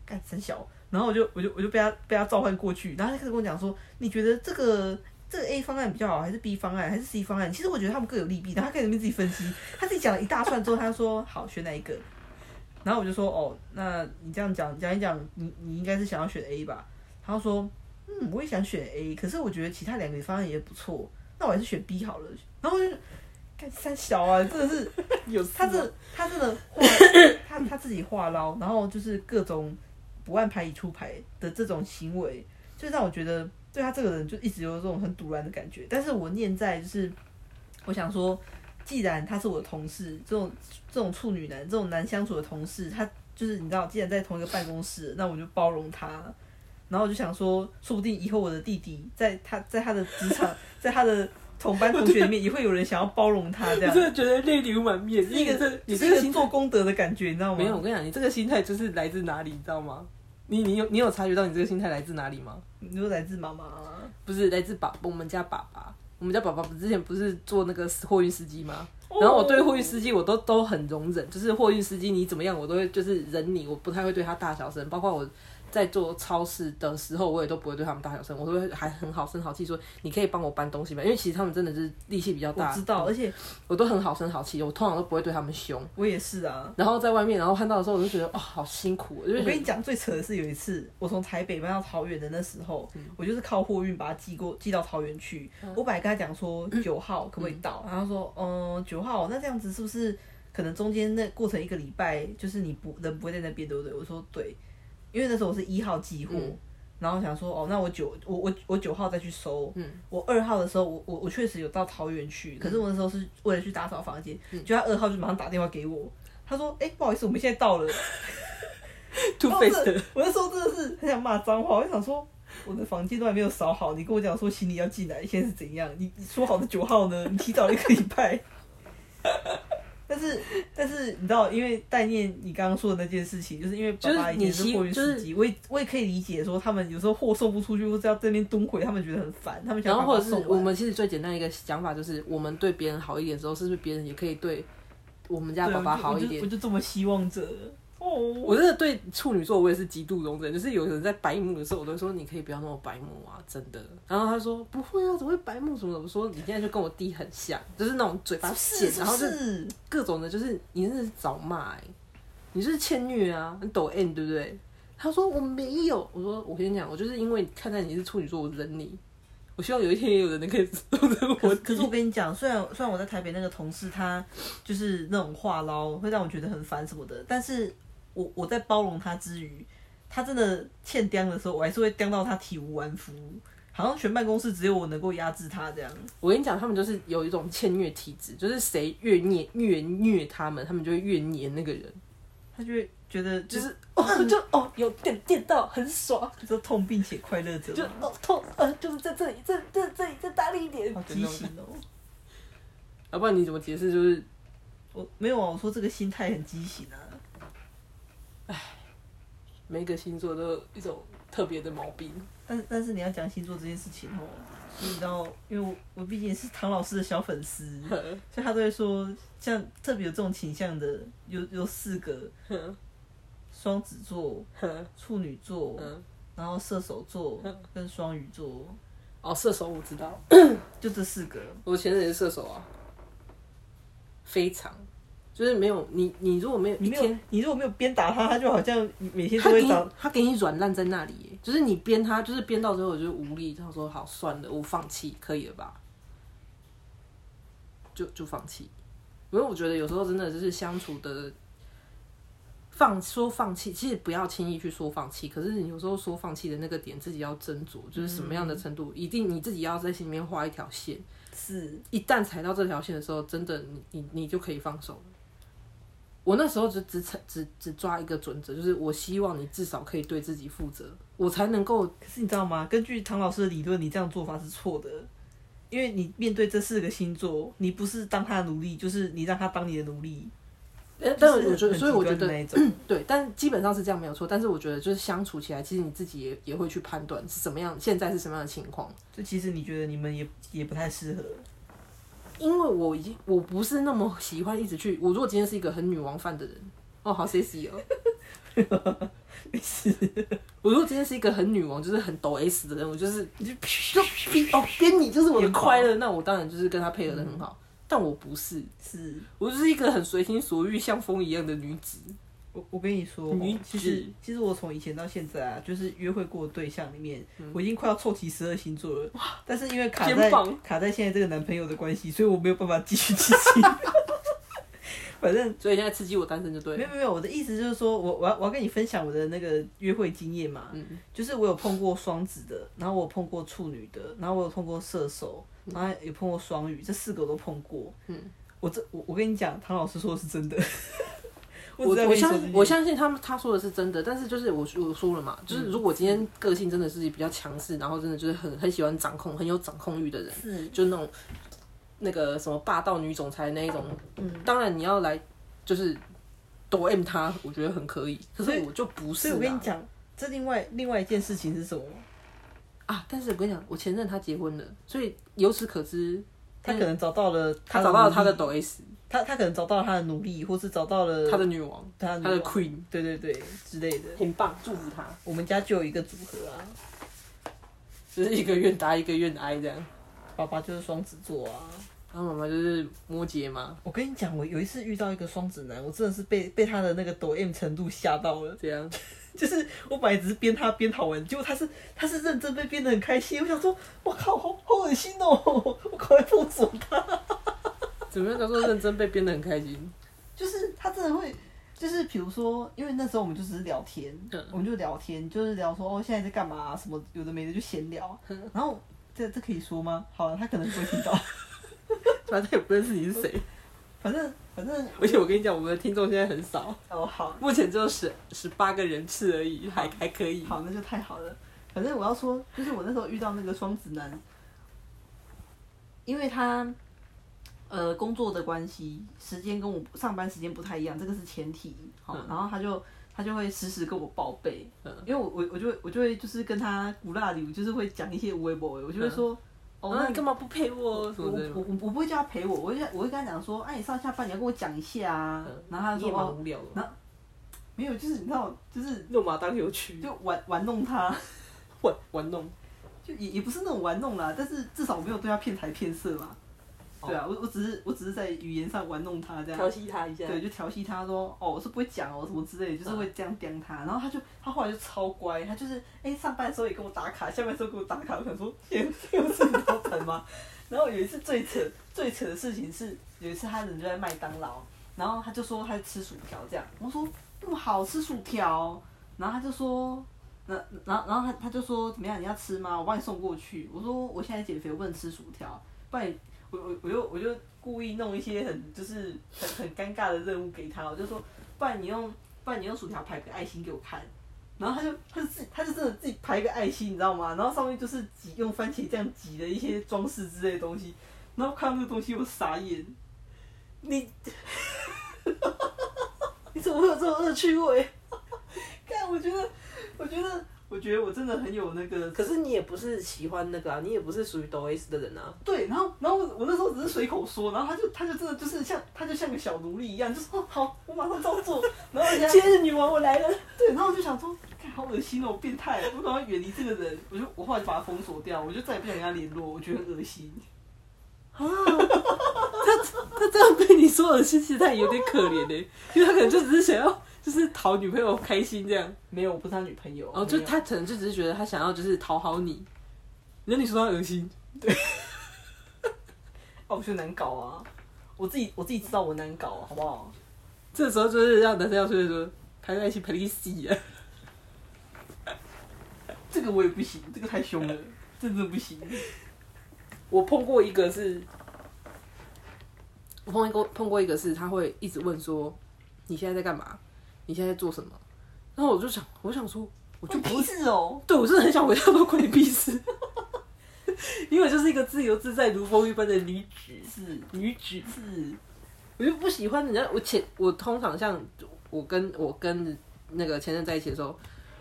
Speaker 2: 干三小，然后我就我就我就被他被他召唤过去，然后他就开始跟我讲说你觉得这个。这个 A 方案比较好，还是 B 方案，还是 C 方案？其实我觉得他们各有利弊，然后他可以里面自己分析。他自己讲了一大串之后，他说好选哪一个，然后我就说哦，那你这样讲讲一讲，你你应该是想要选 A 吧？他就说嗯，我也想选 A，可是我觉得其他两个方案也不错，那我还是选 B 好了。然后我就干三小啊，真的是
Speaker 1: 有事啊
Speaker 2: 他
Speaker 1: 吗
Speaker 2: 真的他真的 话他他自己话唠，然后就是各种不按牌理出牌的这种行为，就让我觉得对他这个人就一直有这种很堵然的感觉。但是我念在就是，我想说，既然他是我的同事，这种这种处女男这种难相处的同事，他就是你知道，既然在同一个办公室，那我就包容他。然后我就想说，说不定以后我的弟弟在他在他的职场，在他的同班同学里面也会有人想要包容他这
Speaker 1: 我
Speaker 2: 样
Speaker 1: 真，的觉得泪流满面。
Speaker 2: 是一个
Speaker 1: 因为这你
Speaker 2: 是
Speaker 1: 这
Speaker 2: 一
Speaker 1: 个
Speaker 2: 个
Speaker 1: 心
Speaker 2: 做功德的感觉，你知道吗？
Speaker 1: 没有，我，跟你讲，你这个心态就是来自哪里，你知道吗？你你有你有察觉到你这个心态来自哪里吗？
Speaker 2: 你说来自妈啊妈。
Speaker 1: 不是来自爸，我们家爸爸。我们家爸爸不之前不是做那个货运司机吗？
Speaker 2: 哦
Speaker 1: 然后我对货运司机我都都很容忍，就是货运司机你怎么样我都会就是忍你，我不太会对他大小声。包括我在做超市的时候，我也都不会对他们大小声，我都会还很好声好气说你可以帮我搬东西吗？因为其实他们真的是力气比较
Speaker 2: 我
Speaker 1: 大
Speaker 2: 知，道，而且
Speaker 1: 我都很好声好气，我通常都不会对他们凶。
Speaker 2: 我也是啊。
Speaker 1: 然后在外面，然后看到的时候，我就觉得哦，好辛苦，我就
Speaker 2: 我
Speaker 1: 觉
Speaker 2: 跟
Speaker 1: 得
Speaker 2: 你讲，最扯的是有一次，我从台北搬到桃园的那时候，
Speaker 1: 嗯
Speaker 2: 我就是靠货运把它寄过寄到桃园去。我本来跟他讲说
Speaker 1: 嗯
Speaker 2: 九号可不可以到，然后他说嗯九号，那这样子是不是可能中间那过程一个礼拜，就是你不人不会在那边，对不对？我说对，因为那时候我是一号寄货。
Speaker 1: 嗯
Speaker 2: 然后想说，哦，那我九我我我九号再去收，
Speaker 1: 嗯
Speaker 2: 我二号的时候，我我我确实有到桃园去，可是我那时候是为了去打扫房间，
Speaker 1: 嗯
Speaker 2: 就他二号就马上打电话给我，他说，哎、不好意思，我们现在到了，
Speaker 1: two
Speaker 2: 然后
Speaker 1: face
Speaker 2: 这
Speaker 1: 的，
Speaker 2: 我那时候真的是很想骂脏话，我就想说我的房间都还没有扫好，你跟我讲说行李要进来，现在是怎样？你你说好的九号呢？你提早了一个礼拜。但是但是你知道，因为概念你刚刚说的那件事情，就是因为爸爸以
Speaker 1: 就是你
Speaker 2: 前是
Speaker 1: 希
Speaker 2: 货运司机，我也我也可以理解说他们有时候货送不出去，或者要这边蹲回，他们觉得很烦，他们想
Speaker 1: 然
Speaker 2: 要
Speaker 1: 后或
Speaker 2: 把
Speaker 1: 者是
Speaker 2: 它送完
Speaker 1: 我们其实最简单一个想法就是，我们对别人好一点的时候，是不是别人也可以对我们家
Speaker 2: 对
Speaker 1: 爸爸好
Speaker 2: 我
Speaker 1: 一
Speaker 2: 就我就我
Speaker 1: 点？
Speaker 2: 就这么希望着哦，
Speaker 1: 我真的对处女座我也是极度容忍，就是有人在白目的时候，我都会说你可以不要那么白目啊，真的。然后他说不会啊，怎么会白目什么的？我说你现在就跟我弟很像，就是那种嘴巴
Speaker 2: 是
Speaker 1: 贱，然后
Speaker 2: 是
Speaker 1: 就
Speaker 2: 不是
Speaker 1: 各种的，就是你真的是找骂、欸，你就是欠虐啊，你抖 N 对不对？他说我没有，我说我跟你讲，我就是因为看在你是处女座，我忍你。我希望有一天也有人能可以做着我
Speaker 2: 可可是我跟你讲，虽然虽然我在台北那个同事他就是那种话唠，会让我觉得很烦什么的，但是我我在包容他之余，他真的欠刁的时候，我还是会刁到他体无完肤，好像全办公室只有我能够压制他这样。
Speaker 1: 我跟你讲，他们就是有一种欠虐体质，就是谁越虐越虐他们，他们就会越黏那个人，
Speaker 2: 他就会觉得
Speaker 1: 就
Speaker 2: 就
Speaker 1: 是是
Speaker 2: 嗯
Speaker 1: 哦，就哦有电电到很爽，
Speaker 2: 这痛并且快乐着
Speaker 1: 就
Speaker 2: 嘛，
Speaker 1: 哦痛呃就是在这里这这这里再大力一点，
Speaker 2: 好畸形哦。
Speaker 1: 要不然你怎么解释？就是
Speaker 2: 我没有啊，我说这个心态很畸形啊。
Speaker 1: 每一个星座都有一种特别的毛病。
Speaker 2: 但是但是你要讲星座这件事情哦，所以你知道，因为我我毕竟是唐老师的小 粉丝，所以他都会说，像特别有这种倾向的，有有四个，双子座、处女座，然后射手座跟双鱼座，
Speaker 1: 哦，射手我知道，
Speaker 2: 就这四个。
Speaker 1: 我前任也是射手啊，非常，就是没有你，你如果没有
Speaker 2: 你
Speaker 1: 一
Speaker 2: 没有
Speaker 1: 天，，
Speaker 2: 你如果没有鞭打他，他就好像每天
Speaker 1: 他
Speaker 2: 都
Speaker 1: 给
Speaker 2: 会
Speaker 1: 你
Speaker 2: 找。
Speaker 1: 他给你软烂在那里耶，就是你编他，就是编到最后我就无力，他说好算了，我放弃，可以了吧？就就放弃，因为我觉得有时候真的就是相处的。放说放弃，其实不要轻易去说放弃。可是你有时候说放弃的那个点，自己要斟酌，就是什么样
Speaker 2: 嗯
Speaker 1: 的程度，一定你自己要在心里面画一条线。
Speaker 2: 是，
Speaker 1: 一旦踩到这条线的时候，真的你你你就可以放手了。我那时候就只踩只只抓一个准则，就是我希望你至少可以对自己负责，我才能够
Speaker 2: 可是你知道吗？根据唐老师的理论，你这样做法是错的。因为你面对这四个星座，你不是当他的奴隶，就是你让他当你的奴隶。
Speaker 1: 呃，但
Speaker 2: 就是
Speaker 1: 我觉得，
Speaker 2: 很
Speaker 1: 所以
Speaker 2: 极
Speaker 1: 我觉
Speaker 2: 端的
Speaker 1: 得
Speaker 2: 那 一种
Speaker 1: 对，但基本上是这样没有错。但是我觉得，就是相处起来，其实你自己也也会去判断是什么样，现在是什么样的情况。
Speaker 2: 就其实你觉得你们也也不太适合，
Speaker 1: 因为我已经我不是那么喜欢一直去，我如果今天是一个很女王范的人，哦，好 sexy 哦。
Speaker 2: 没事，
Speaker 1: 我如果今天是一个很女王，就是很抖 S 的人，我就是
Speaker 2: 你 就
Speaker 1: 就比哦编你就是我的
Speaker 2: 编吧
Speaker 1: 快乐，那我当然就是跟他配合的很好。但我不是，
Speaker 2: 是
Speaker 1: 我就是一个很随心所欲、像风一样的女子。
Speaker 2: 我我跟你说哦
Speaker 1: 女，
Speaker 2: 其
Speaker 1: 子
Speaker 2: 实其实我从以前到现在啊，就是约会过的对象里面，我已经快要凑齐十二星座了，但是因为
Speaker 1: 嗯
Speaker 2: 卡
Speaker 1: 肩
Speaker 2: 在
Speaker 1: 膀
Speaker 2: 卡在现在这个男朋友的关系，所以我没有办法继续 进行。反正
Speaker 1: 所以现在刺激我单身就对
Speaker 2: 没
Speaker 1: 了。
Speaker 2: 有没有没有，我的意思就是说我我要我要跟你分享我的那个约会经验嘛，
Speaker 1: 嗯
Speaker 2: 就是我有碰过双子的，然后我有碰过处女的，然后我有碰过射手，然后有碰过双鱼，这四个我都碰过。
Speaker 1: 嗯，
Speaker 2: 我这我我跟你讲，唐老师说的是真的。
Speaker 1: 我
Speaker 2: 只在
Speaker 1: 我
Speaker 2: 跟你说
Speaker 1: 相
Speaker 2: 这
Speaker 1: 信
Speaker 2: 件
Speaker 1: 我相信他们他说的是真的，但是就是我我说了嘛，就是
Speaker 2: 嗯
Speaker 1: 如果今天个性真的是比较强势，然后真的就是很很喜欢掌控、很有掌控欲的人，
Speaker 2: 是
Speaker 1: 就那种那个什么霸道女总裁那一种，
Speaker 2: 嗯
Speaker 1: 当然你要来就是抖 M 他，我觉得很可以。可
Speaker 2: 所
Speaker 1: 是
Speaker 2: 以
Speaker 1: 我就不是
Speaker 2: 所以我跟你
Speaker 1: 啦嗯
Speaker 2: 讲，这另外另外一件事情是什么？
Speaker 1: 啊，但是我跟你讲，我前任他结婚了，所以由此可知，
Speaker 2: 他可能找到了
Speaker 1: 他找到了他
Speaker 2: 他
Speaker 1: 的抖 S，
Speaker 2: 他他可能找到了他的奴隶，或是找到了
Speaker 1: 他的女王，
Speaker 2: 他
Speaker 1: 他
Speaker 2: 的奴
Speaker 1: 的
Speaker 2: 隶
Speaker 1: Queen，
Speaker 2: 对对对之类的。
Speaker 1: 很棒，祝福他，
Speaker 2: 我们家就有一个组合啊，
Speaker 1: 就是一个愿打一个愿挨这样。
Speaker 2: 爸爸就是双子座啊。
Speaker 1: 然后妈妈就是摩羯嘛，
Speaker 2: 我跟你讲，我有一次遇到一个双子男，我真的是被被他的那个抖 M 程度吓到了。
Speaker 1: 这样。
Speaker 2: 就是我本来只是编他编好玩，结果他是他是认真被编得很开心。我想说，我靠，好好恶心哦！ 我赶快封锁他。
Speaker 1: 怎么样叫做认真被编得很开心？
Speaker 2: 就是他真的会，就是比如说，因为那时候我们就只是聊天，
Speaker 1: 嗯
Speaker 2: 我们就聊天，就是聊说哦现在在干嘛、什么有的没的就闲聊。然后这这可以说吗？好啊了，他可能不会听到。
Speaker 1: 反正也不认识你是谁，
Speaker 2: 反正反正
Speaker 1: 而且我跟你讲，我们的听众现在很少，
Speaker 2: 哦好
Speaker 1: 目前只有十十八个人次而已，还还可以。
Speaker 2: 好，那就太好了。反正我要说，就是我那时候遇到那个双子男，因为他呃工作的关系，时间跟我上班时间不太一样，这个是前提。好，
Speaker 1: 嗯
Speaker 2: 然后他就他就会时时跟我报备，
Speaker 1: 嗯
Speaker 2: 因为我我我就会我就会就是跟他古辣里，就是会讲一些微博，我就会说、哦，
Speaker 1: 啊
Speaker 2: 那
Speaker 1: 你干嘛不陪我？什
Speaker 2: 我
Speaker 1: 么
Speaker 2: 我
Speaker 1: 之类的
Speaker 2: 我我不会叫他陪我，我会叫我会跟他讲说，哎、你上下班你要跟我讲一下啊。
Speaker 1: 嗯
Speaker 2: 然后他
Speaker 1: 你
Speaker 2: 就
Speaker 1: 也
Speaker 2: 说
Speaker 1: 蛮
Speaker 2: 哦，
Speaker 1: 无聊的，
Speaker 2: 然后没有，就是你知道，就是
Speaker 1: 肉麻当有趣，
Speaker 2: 就玩玩弄他。
Speaker 1: 玩玩弄。
Speaker 2: 就也也不是那种玩弄啦，但是至少我没有对他骗财骗色嘛。
Speaker 1: 哦
Speaker 2: 对啊，我我只是我只是在语言上玩弄他这样，
Speaker 1: 调戏他一下。
Speaker 2: 对，就调戏他说哦我是不会讲哦什么之类的，就是会这样刁他。然后他就他后来就超乖，他就是哎、上班的时候也跟我打卡，下班的时候给我打卡，我想说天又是你老板吗？ 然后有一次最扯最扯的事情是有一次他人就在麦当劳，然后他就说他在吃薯条这样，我说那么好吃薯条，然后他就说。那然后然后他他就说怎么样你要吃吗？我帮你送过去。我说我现在减肥，我不能吃薯条，不然我我我就我就故意弄一些很就是很很尴尬的任务给他，我就说，不然你用不然你用薯条排个爱心给我看，然后他就他就自己他就真的自己排一个爱心，你知道吗？然后上面就是挤用番茄酱挤的一些装饰之类的东西，然后看到那个东西我傻眼，你， 你怎么会有这种恶趣味？ 看，我觉得，我觉得，我觉得我真的很有那个
Speaker 1: 可是你也不是喜欢那个啊，你也不是属于抖 S 的人 啊。
Speaker 2: 对，然后然后我我那时候只是随口说，然后他就他就真的就是像他就像个小奴隶一样，就说哦好，我马上照做。然后 人家
Speaker 1: 日女王我来了。
Speaker 2: 对，然后我就想说，干好恶心哦，变态，我赶快远离这个人。我就我后来就把他封锁掉，我就再也不想跟他联络，我觉得很恶心。
Speaker 1: 啊，他 他这样被你说的，其实他也有点可怜的、因为他可能就只是想要就是讨女朋友开心这样。
Speaker 2: 没有，我不是他女朋友。
Speaker 1: 哦，就他可能就只是觉得他想要就是讨好你，那你说他恶心，
Speaker 2: 哦，我觉得难搞啊，我自己我自己知道我难搞，啊好不好？
Speaker 1: 这时候就是让男生要说说排在一起排个戏啊，
Speaker 2: 这个我也不行，这个太凶了，真的不行。
Speaker 1: 我碰过一个是，我碰过碰过一个是，他会一直问说你现在在干嘛，你现在在做什么，然后我就想，我想说，我就
Speaker 2: 就
Speaker 1: 不
Speaker 2: 不是哦，
Speaker 1: 对我真的很想回答说关你屁事，因为我就是一个自由自在如风一般的女子
Speaker 2: 是
Speaker 1: 女子。
Speaker 2: 是，
Speaker 1: 我就不喜欢人家。我前我通常像我跟我跟那个前任在一起的时候，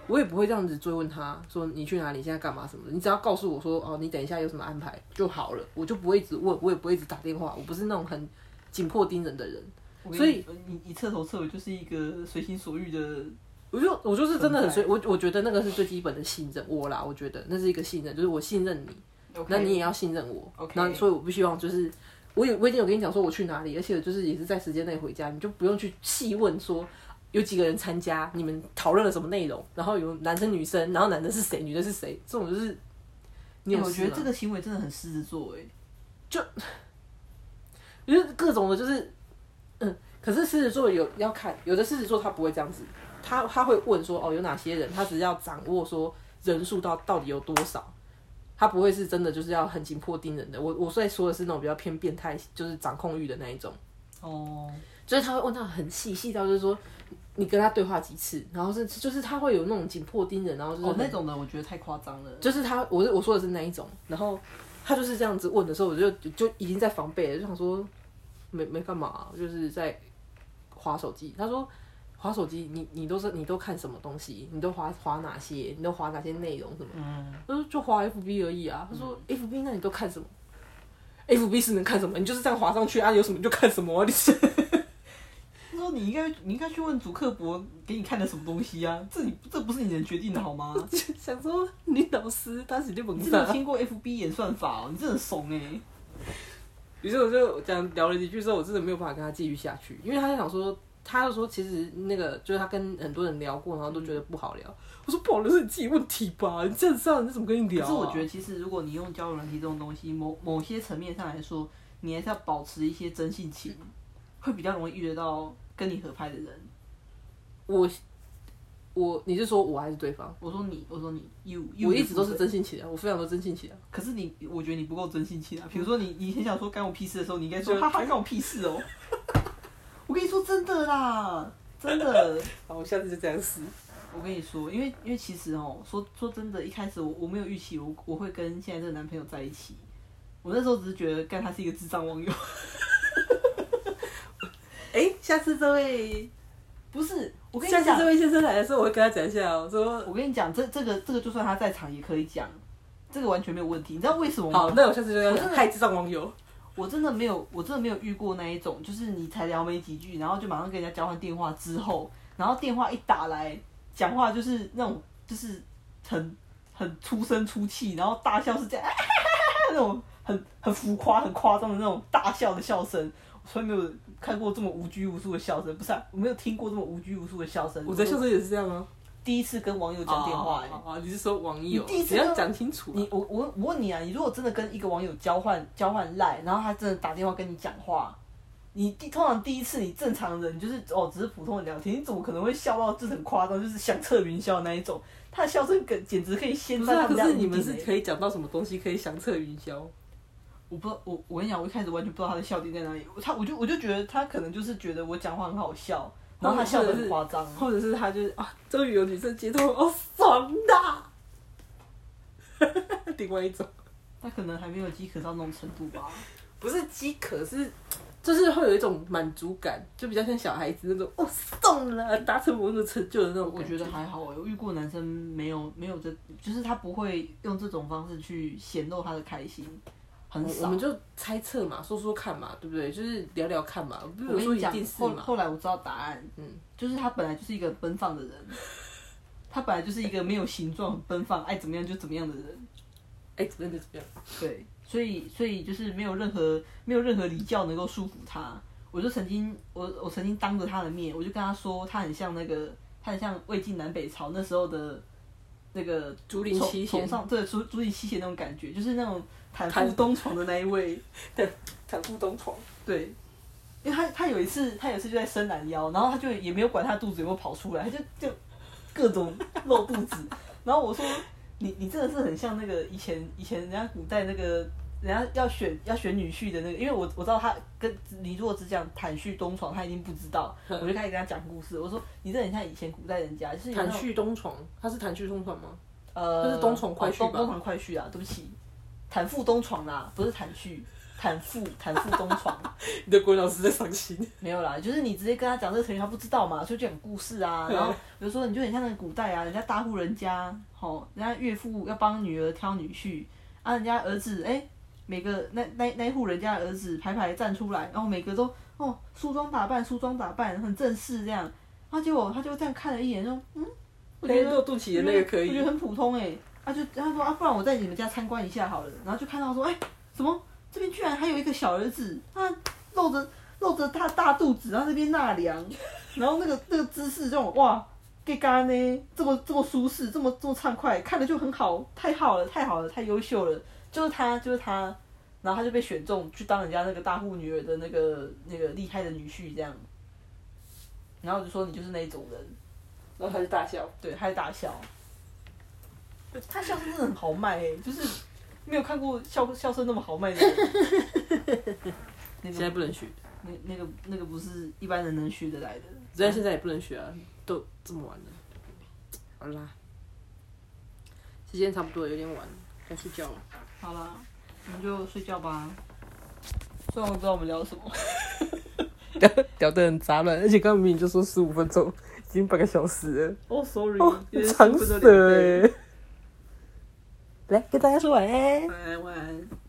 Speaker 1: 我也不会这样子追问他说你去哪里，现在干嘛什么的。你只要告诉我说哦，你等一下有什么安排就好了，我就不会一直问，我也不会一直打电话。我不是那种很紧迫盯人的人，
Speaker 2: 我跟你
Speaker 1: 所以
Speaker 2: 你你彻头彻尾就是一个随心所欲的
Speaker 1: 我就我就是真的很随我我觉得那个是最基本的信任我啦，我觉得那是一个信任，就是我信任你。那你也要信任我。
Speaker 2: OK
Speaker 1: 那所以我不希望就是，我有我已经有跟你讲说我去哪里，而且就是也是在时间内回家，你就不用去细问说有几个人参加，你们讨论了什么内容，然后有男生女生，然后男的是谁，女的是谁，这种就是你有、
Speaker 2: 哎欸我觉得这，个行为真的很狮子座哎、
Speaker 1: 就是各种的，就是嗯，可是狮子座有要看，有的狮子座他不会这样子，他他会问说哦有哪些人，他只是要掌握说人数到到底有多少。他不会是真的，就是要很紧迫盯人的。我我所以说的是那种比较偏变态，就是掌控欲的那一种。
Speaker 2: 哦，
Speaker 1: 就是他会问到很细，细到就是说你跟他对话几次，然后是就是他会有那种紧迫盯人，然后就是
Speaker 2: 哦
Speaker 1: 很
Speaker 2: 那种的我觉得太夸张了。
Speaker 1: 就是他我是我说的是那一种，然后他就是这样子问的时候，我就就已经在防备了，就想说没没干嘛、就是在划手机。他说划手机，你你都是你都看什么东西？你都划划哪些？你都划哪些内容什么？
Speaker 2: 嗯，
Speaker 1: 我说就划 FB 而已啊。他说 FB 那你都看什么？FB 是能看什么？你就是这样划上去啊，有什么你就看什么、啊，你是
Speaker 2: 他说你应该你应该去问主克伯给你看的什么东西啊，这你这不是你能决定的 好吗？
Speaker 1: 想说你老师当时就懵
Speaker 2: 你真
Speaker 1: 傻
Speaker 2: 的有。听过 FB 演算法哦，你真的很怂哎、
Speaker 1: 于是我就这样聊了几句之后，我真的没有办法跟他继续下去，因为他就想说，他就说其实那个就是他跟很多人聊过，然后都觉得不好聊。我说不好聊是你自己问题吧，你这样上人怎么跟你聊、
Speaker 2: 可
Speaker 1: 啊？
Speaker 2: 是我觉得，其实如果你用交友软体这种东西，某某些层面上来说，你还是要保持一些真性情，会比较容易遇得到跟你合拍的人。
Speaker 1: 我我你是说我还是对方？
Speaker 2: 我说你，我说你，you，, you
Speaker 1: 我一直都是
Speaker 2: 的部分
Speaker 1: 真性情啊，我非常多真性情啊。
Speaker 2: 可是你，我觉得你不够真性情啊。比如说你，你很想说干我屁事的时候，你应该说
Speaker 1: 嗯就
Speaker 2: 哈哈干我屁事 哦。我跟你说真的啦，真的。
Speaker 1: 好，我下次就这样试。
Speaker 2: 我跟你说，因为因为其实哦，说说真的，一开始我我没有预期我我会跟现在这个男朋友在一起，我那时候只是觉得干他是一个智障网友。
Speaker 1: 哎、下次这位，
Speaker 2: 不是，我跟你
Speaker 1: 下次
Speaker 2: 讲
Speaker 1: 这，位先生来的时候，我会跟他讲一下哦、说
Speaker 2: 我跟你讲，这这个这个就算他在场也可以讲，这个完全没有问题。你知道为什么吗？
Speaker 1: 好，那我下次就要
Speaker 2: 我真的
Speaker 1: 害智障网友。
Speaker 2: 我真的没有，我真的没有遇过那一种，就是你才聊没几句，然后就马上跟人家交换电话之后，然后电话一打来，讲话就是那种就是很很出声出气，然后大笑是这样， 那种很很浮夸、很夸张的那种大笑的笑声。我从来没有看过这么无拘无束的笑声，不是、啊，我没有听过这么无拘无束的笑声。
Speaker 1: 我在校
Speaker 2: 是
Speaker 1: 时也是这样啊，
Speaker 2: 第一次跟网友讲电话、欸，
Speaker 1: 啊、哦哦你是说网友？
Speaker 2: 你第一次
Speaker 1: 你要
Speaker 2: 就
Speaker 1: 讲清楚、啊。
Speaker 2: 你我我我问你啊，你如果真的跟一个网友交换交换赖，然后他真的打电话跟你讲话，你第通常第一次你正常人你就是哦只是普通的聊天，你怎么可能会笑到就是很夸张，就是响彻云霄的那一种？他的笑声简简直可以掀
Speaker 1: 不是
Speaker 2: 翻
Speaker 1: 啊，
Speaker 2: 他们
Speaker 1: 可
Speaker 2: 家
Speaker 1: 是
Speaker 2: 屋
Speaker 1: 你们
Speaker 2: 顶
Speaker 1: 是
Speaker 2: 欸
Speaker 1: 可以讲到什么东西可以响彻云霄？
Speaker 2: 我不知道，我我跟你讲，我一开始完全不知道他的笑点在哪里，他我就我就觉得他可能就是觉得我讲话很好笑，然后他笑得很夸张。
Speaker 1: 或者是他就是啊，终于有女生接通，哦，爽啦！ 另外一种
Speaker 2: 他可能还没有饥渴到那种程度吧，
Speaker 1: 不是饥渴，是就是会有一种满足感，就比较像小孩子那种哦，送了，达成某种成就的那种
Speaker 2: 我觉得还好欸我遇过男生没有没有这，就是他不会用这种方式去显露他的开心，很
Speaker 1: 我
Speaker 2: 少。
Speaker 1: 我们就猜测嘛，说说看嘛，对不对？就是聊聊看嘛，不
Speaker 2: 我
Speaker 1: 是
Speaker 2: 跟
Speaker 1: 说
Speaker 2: 你
Speaker 1: 一
Speaker 2: 讲
Speaker 1: 定，是
Speaker 2: 后
Speaker 1: 嘛。
Speaker 2: 后来我知道答案，
Speaker 1: 嗯，
Speaker 2: 就是他本来就是一个很奔 放的人，他本来就是一个没有形状、很奔放、爱怎么样就怎么样的人。
Speaker 1: 哎，怎么样就怎么样？
Speaker 2: 对，所以所以就是没有任何没有任何礼教能够束缚他。我就曾经我我曾经当着他的面，我就跟他说，他很像那个他很像魏晋南北朝那时候的那个
Speaker 1: 竹林七
Speaker 2: 崇
Speaker 1: 贤
Speaker 2: 崇，尚对竹竹林七贤那种感觉，就是那种袒
Speaker 1: 袒
Speaker 2: 腹东床的那一位。
Speaker 1: 袒腹东床。
Speaker 2: 对，因为他他有一次，他有一次就在伸懒腰，然后他就也没有管他肚子有没有跑出来，他就就各种露肚子。然后我说你你真的是很像那个以前以前人家古代那个人家要选要选女婿的那个，因为我我知道他跟你如果只讲坦序东床，他一定不知道，
Speaker 1: 嗯
Speaker 2: 我就开始跟他讲故事。我说你这很像以前古代人家，就是有那
Speaker 1: 坦
Speaker 2: 种
Speaker 1: 序东床，他是坦序东床吗？
Speaker 2: 呃，
Speaker 1: 就是东床快婿吧
Speaker 2: 哦东东床快婿啊，对不起，坦腹东床啦，不是坦序，坦腹坦腹东床。啊
Speaker 1: 你的国文老师在伤心。
Speaker 2: 没有啦，就是你直接跟他讲这个成语，他不知道嘛，所以就讲故事啊。然后比如说，你就很像那个古代啊，人家大户人家，吼、人家岳父要帮女儿挑女婿啊，人家儿子哎、每个那那那一户人家的儿子排排站出来，然后每个都哦梳妆打扮，梳妆打扮很正式这样。然后结果他就这样看了一眼，说嗯，我觉得
Speaker 1: 露肚脐的那个可
Speaker 2: 我
Speaker 1: 以
Speaker 2: 觉得。很普通哎、他就他说啊，不然我在你们家参观一下好了。然后就看到说，哎、怎么这边居然还有一个小儿子，他露着露着他大肚子，然后这边纳 凉，然后那个那个姿势这种哇，给干呢，这么这么舒适，这么这么畅快，看着就很好，太好了，太好了，太优秀了，就是他，就是他。然后他就被选中去当人家那个大户女儿的那个那个厉害的女婿这样，然后我就说你就是那一种人，
Speaker 1: 然后他就大笑。
Speaker 2: 对，他在大笑。他笑声真的很豪迈、欸，就是没有看过笑笑声那么豪迈的人。那
Speaker 1: 现在
Speaker 2: 个
Speaker 1: 不能学，
Speaker 2: 那那个那个不是一般人能学得来的。
Speaker 1: 虽然现在也不能学啊，都这么晚了。好啦，时间差不多，有点晚，该睡觉了。
Speaker 2: 好啦，我们就睡觉吧。虽然我不知道我们聊 什么，
Speaker 1: 聊 聊得很杂乱，而且刚刚明明就说十五分钟，已经半个小时了。
Speaker 2: 哦、s o r r y
Speaker 1: 哦
Speaker 2: 有，点
Speaker 1: 长欸
Speaker 2: 舍
Speaker 1: 死哎、来跟大家说晚安。
Speaker 2: 晚安，晚安。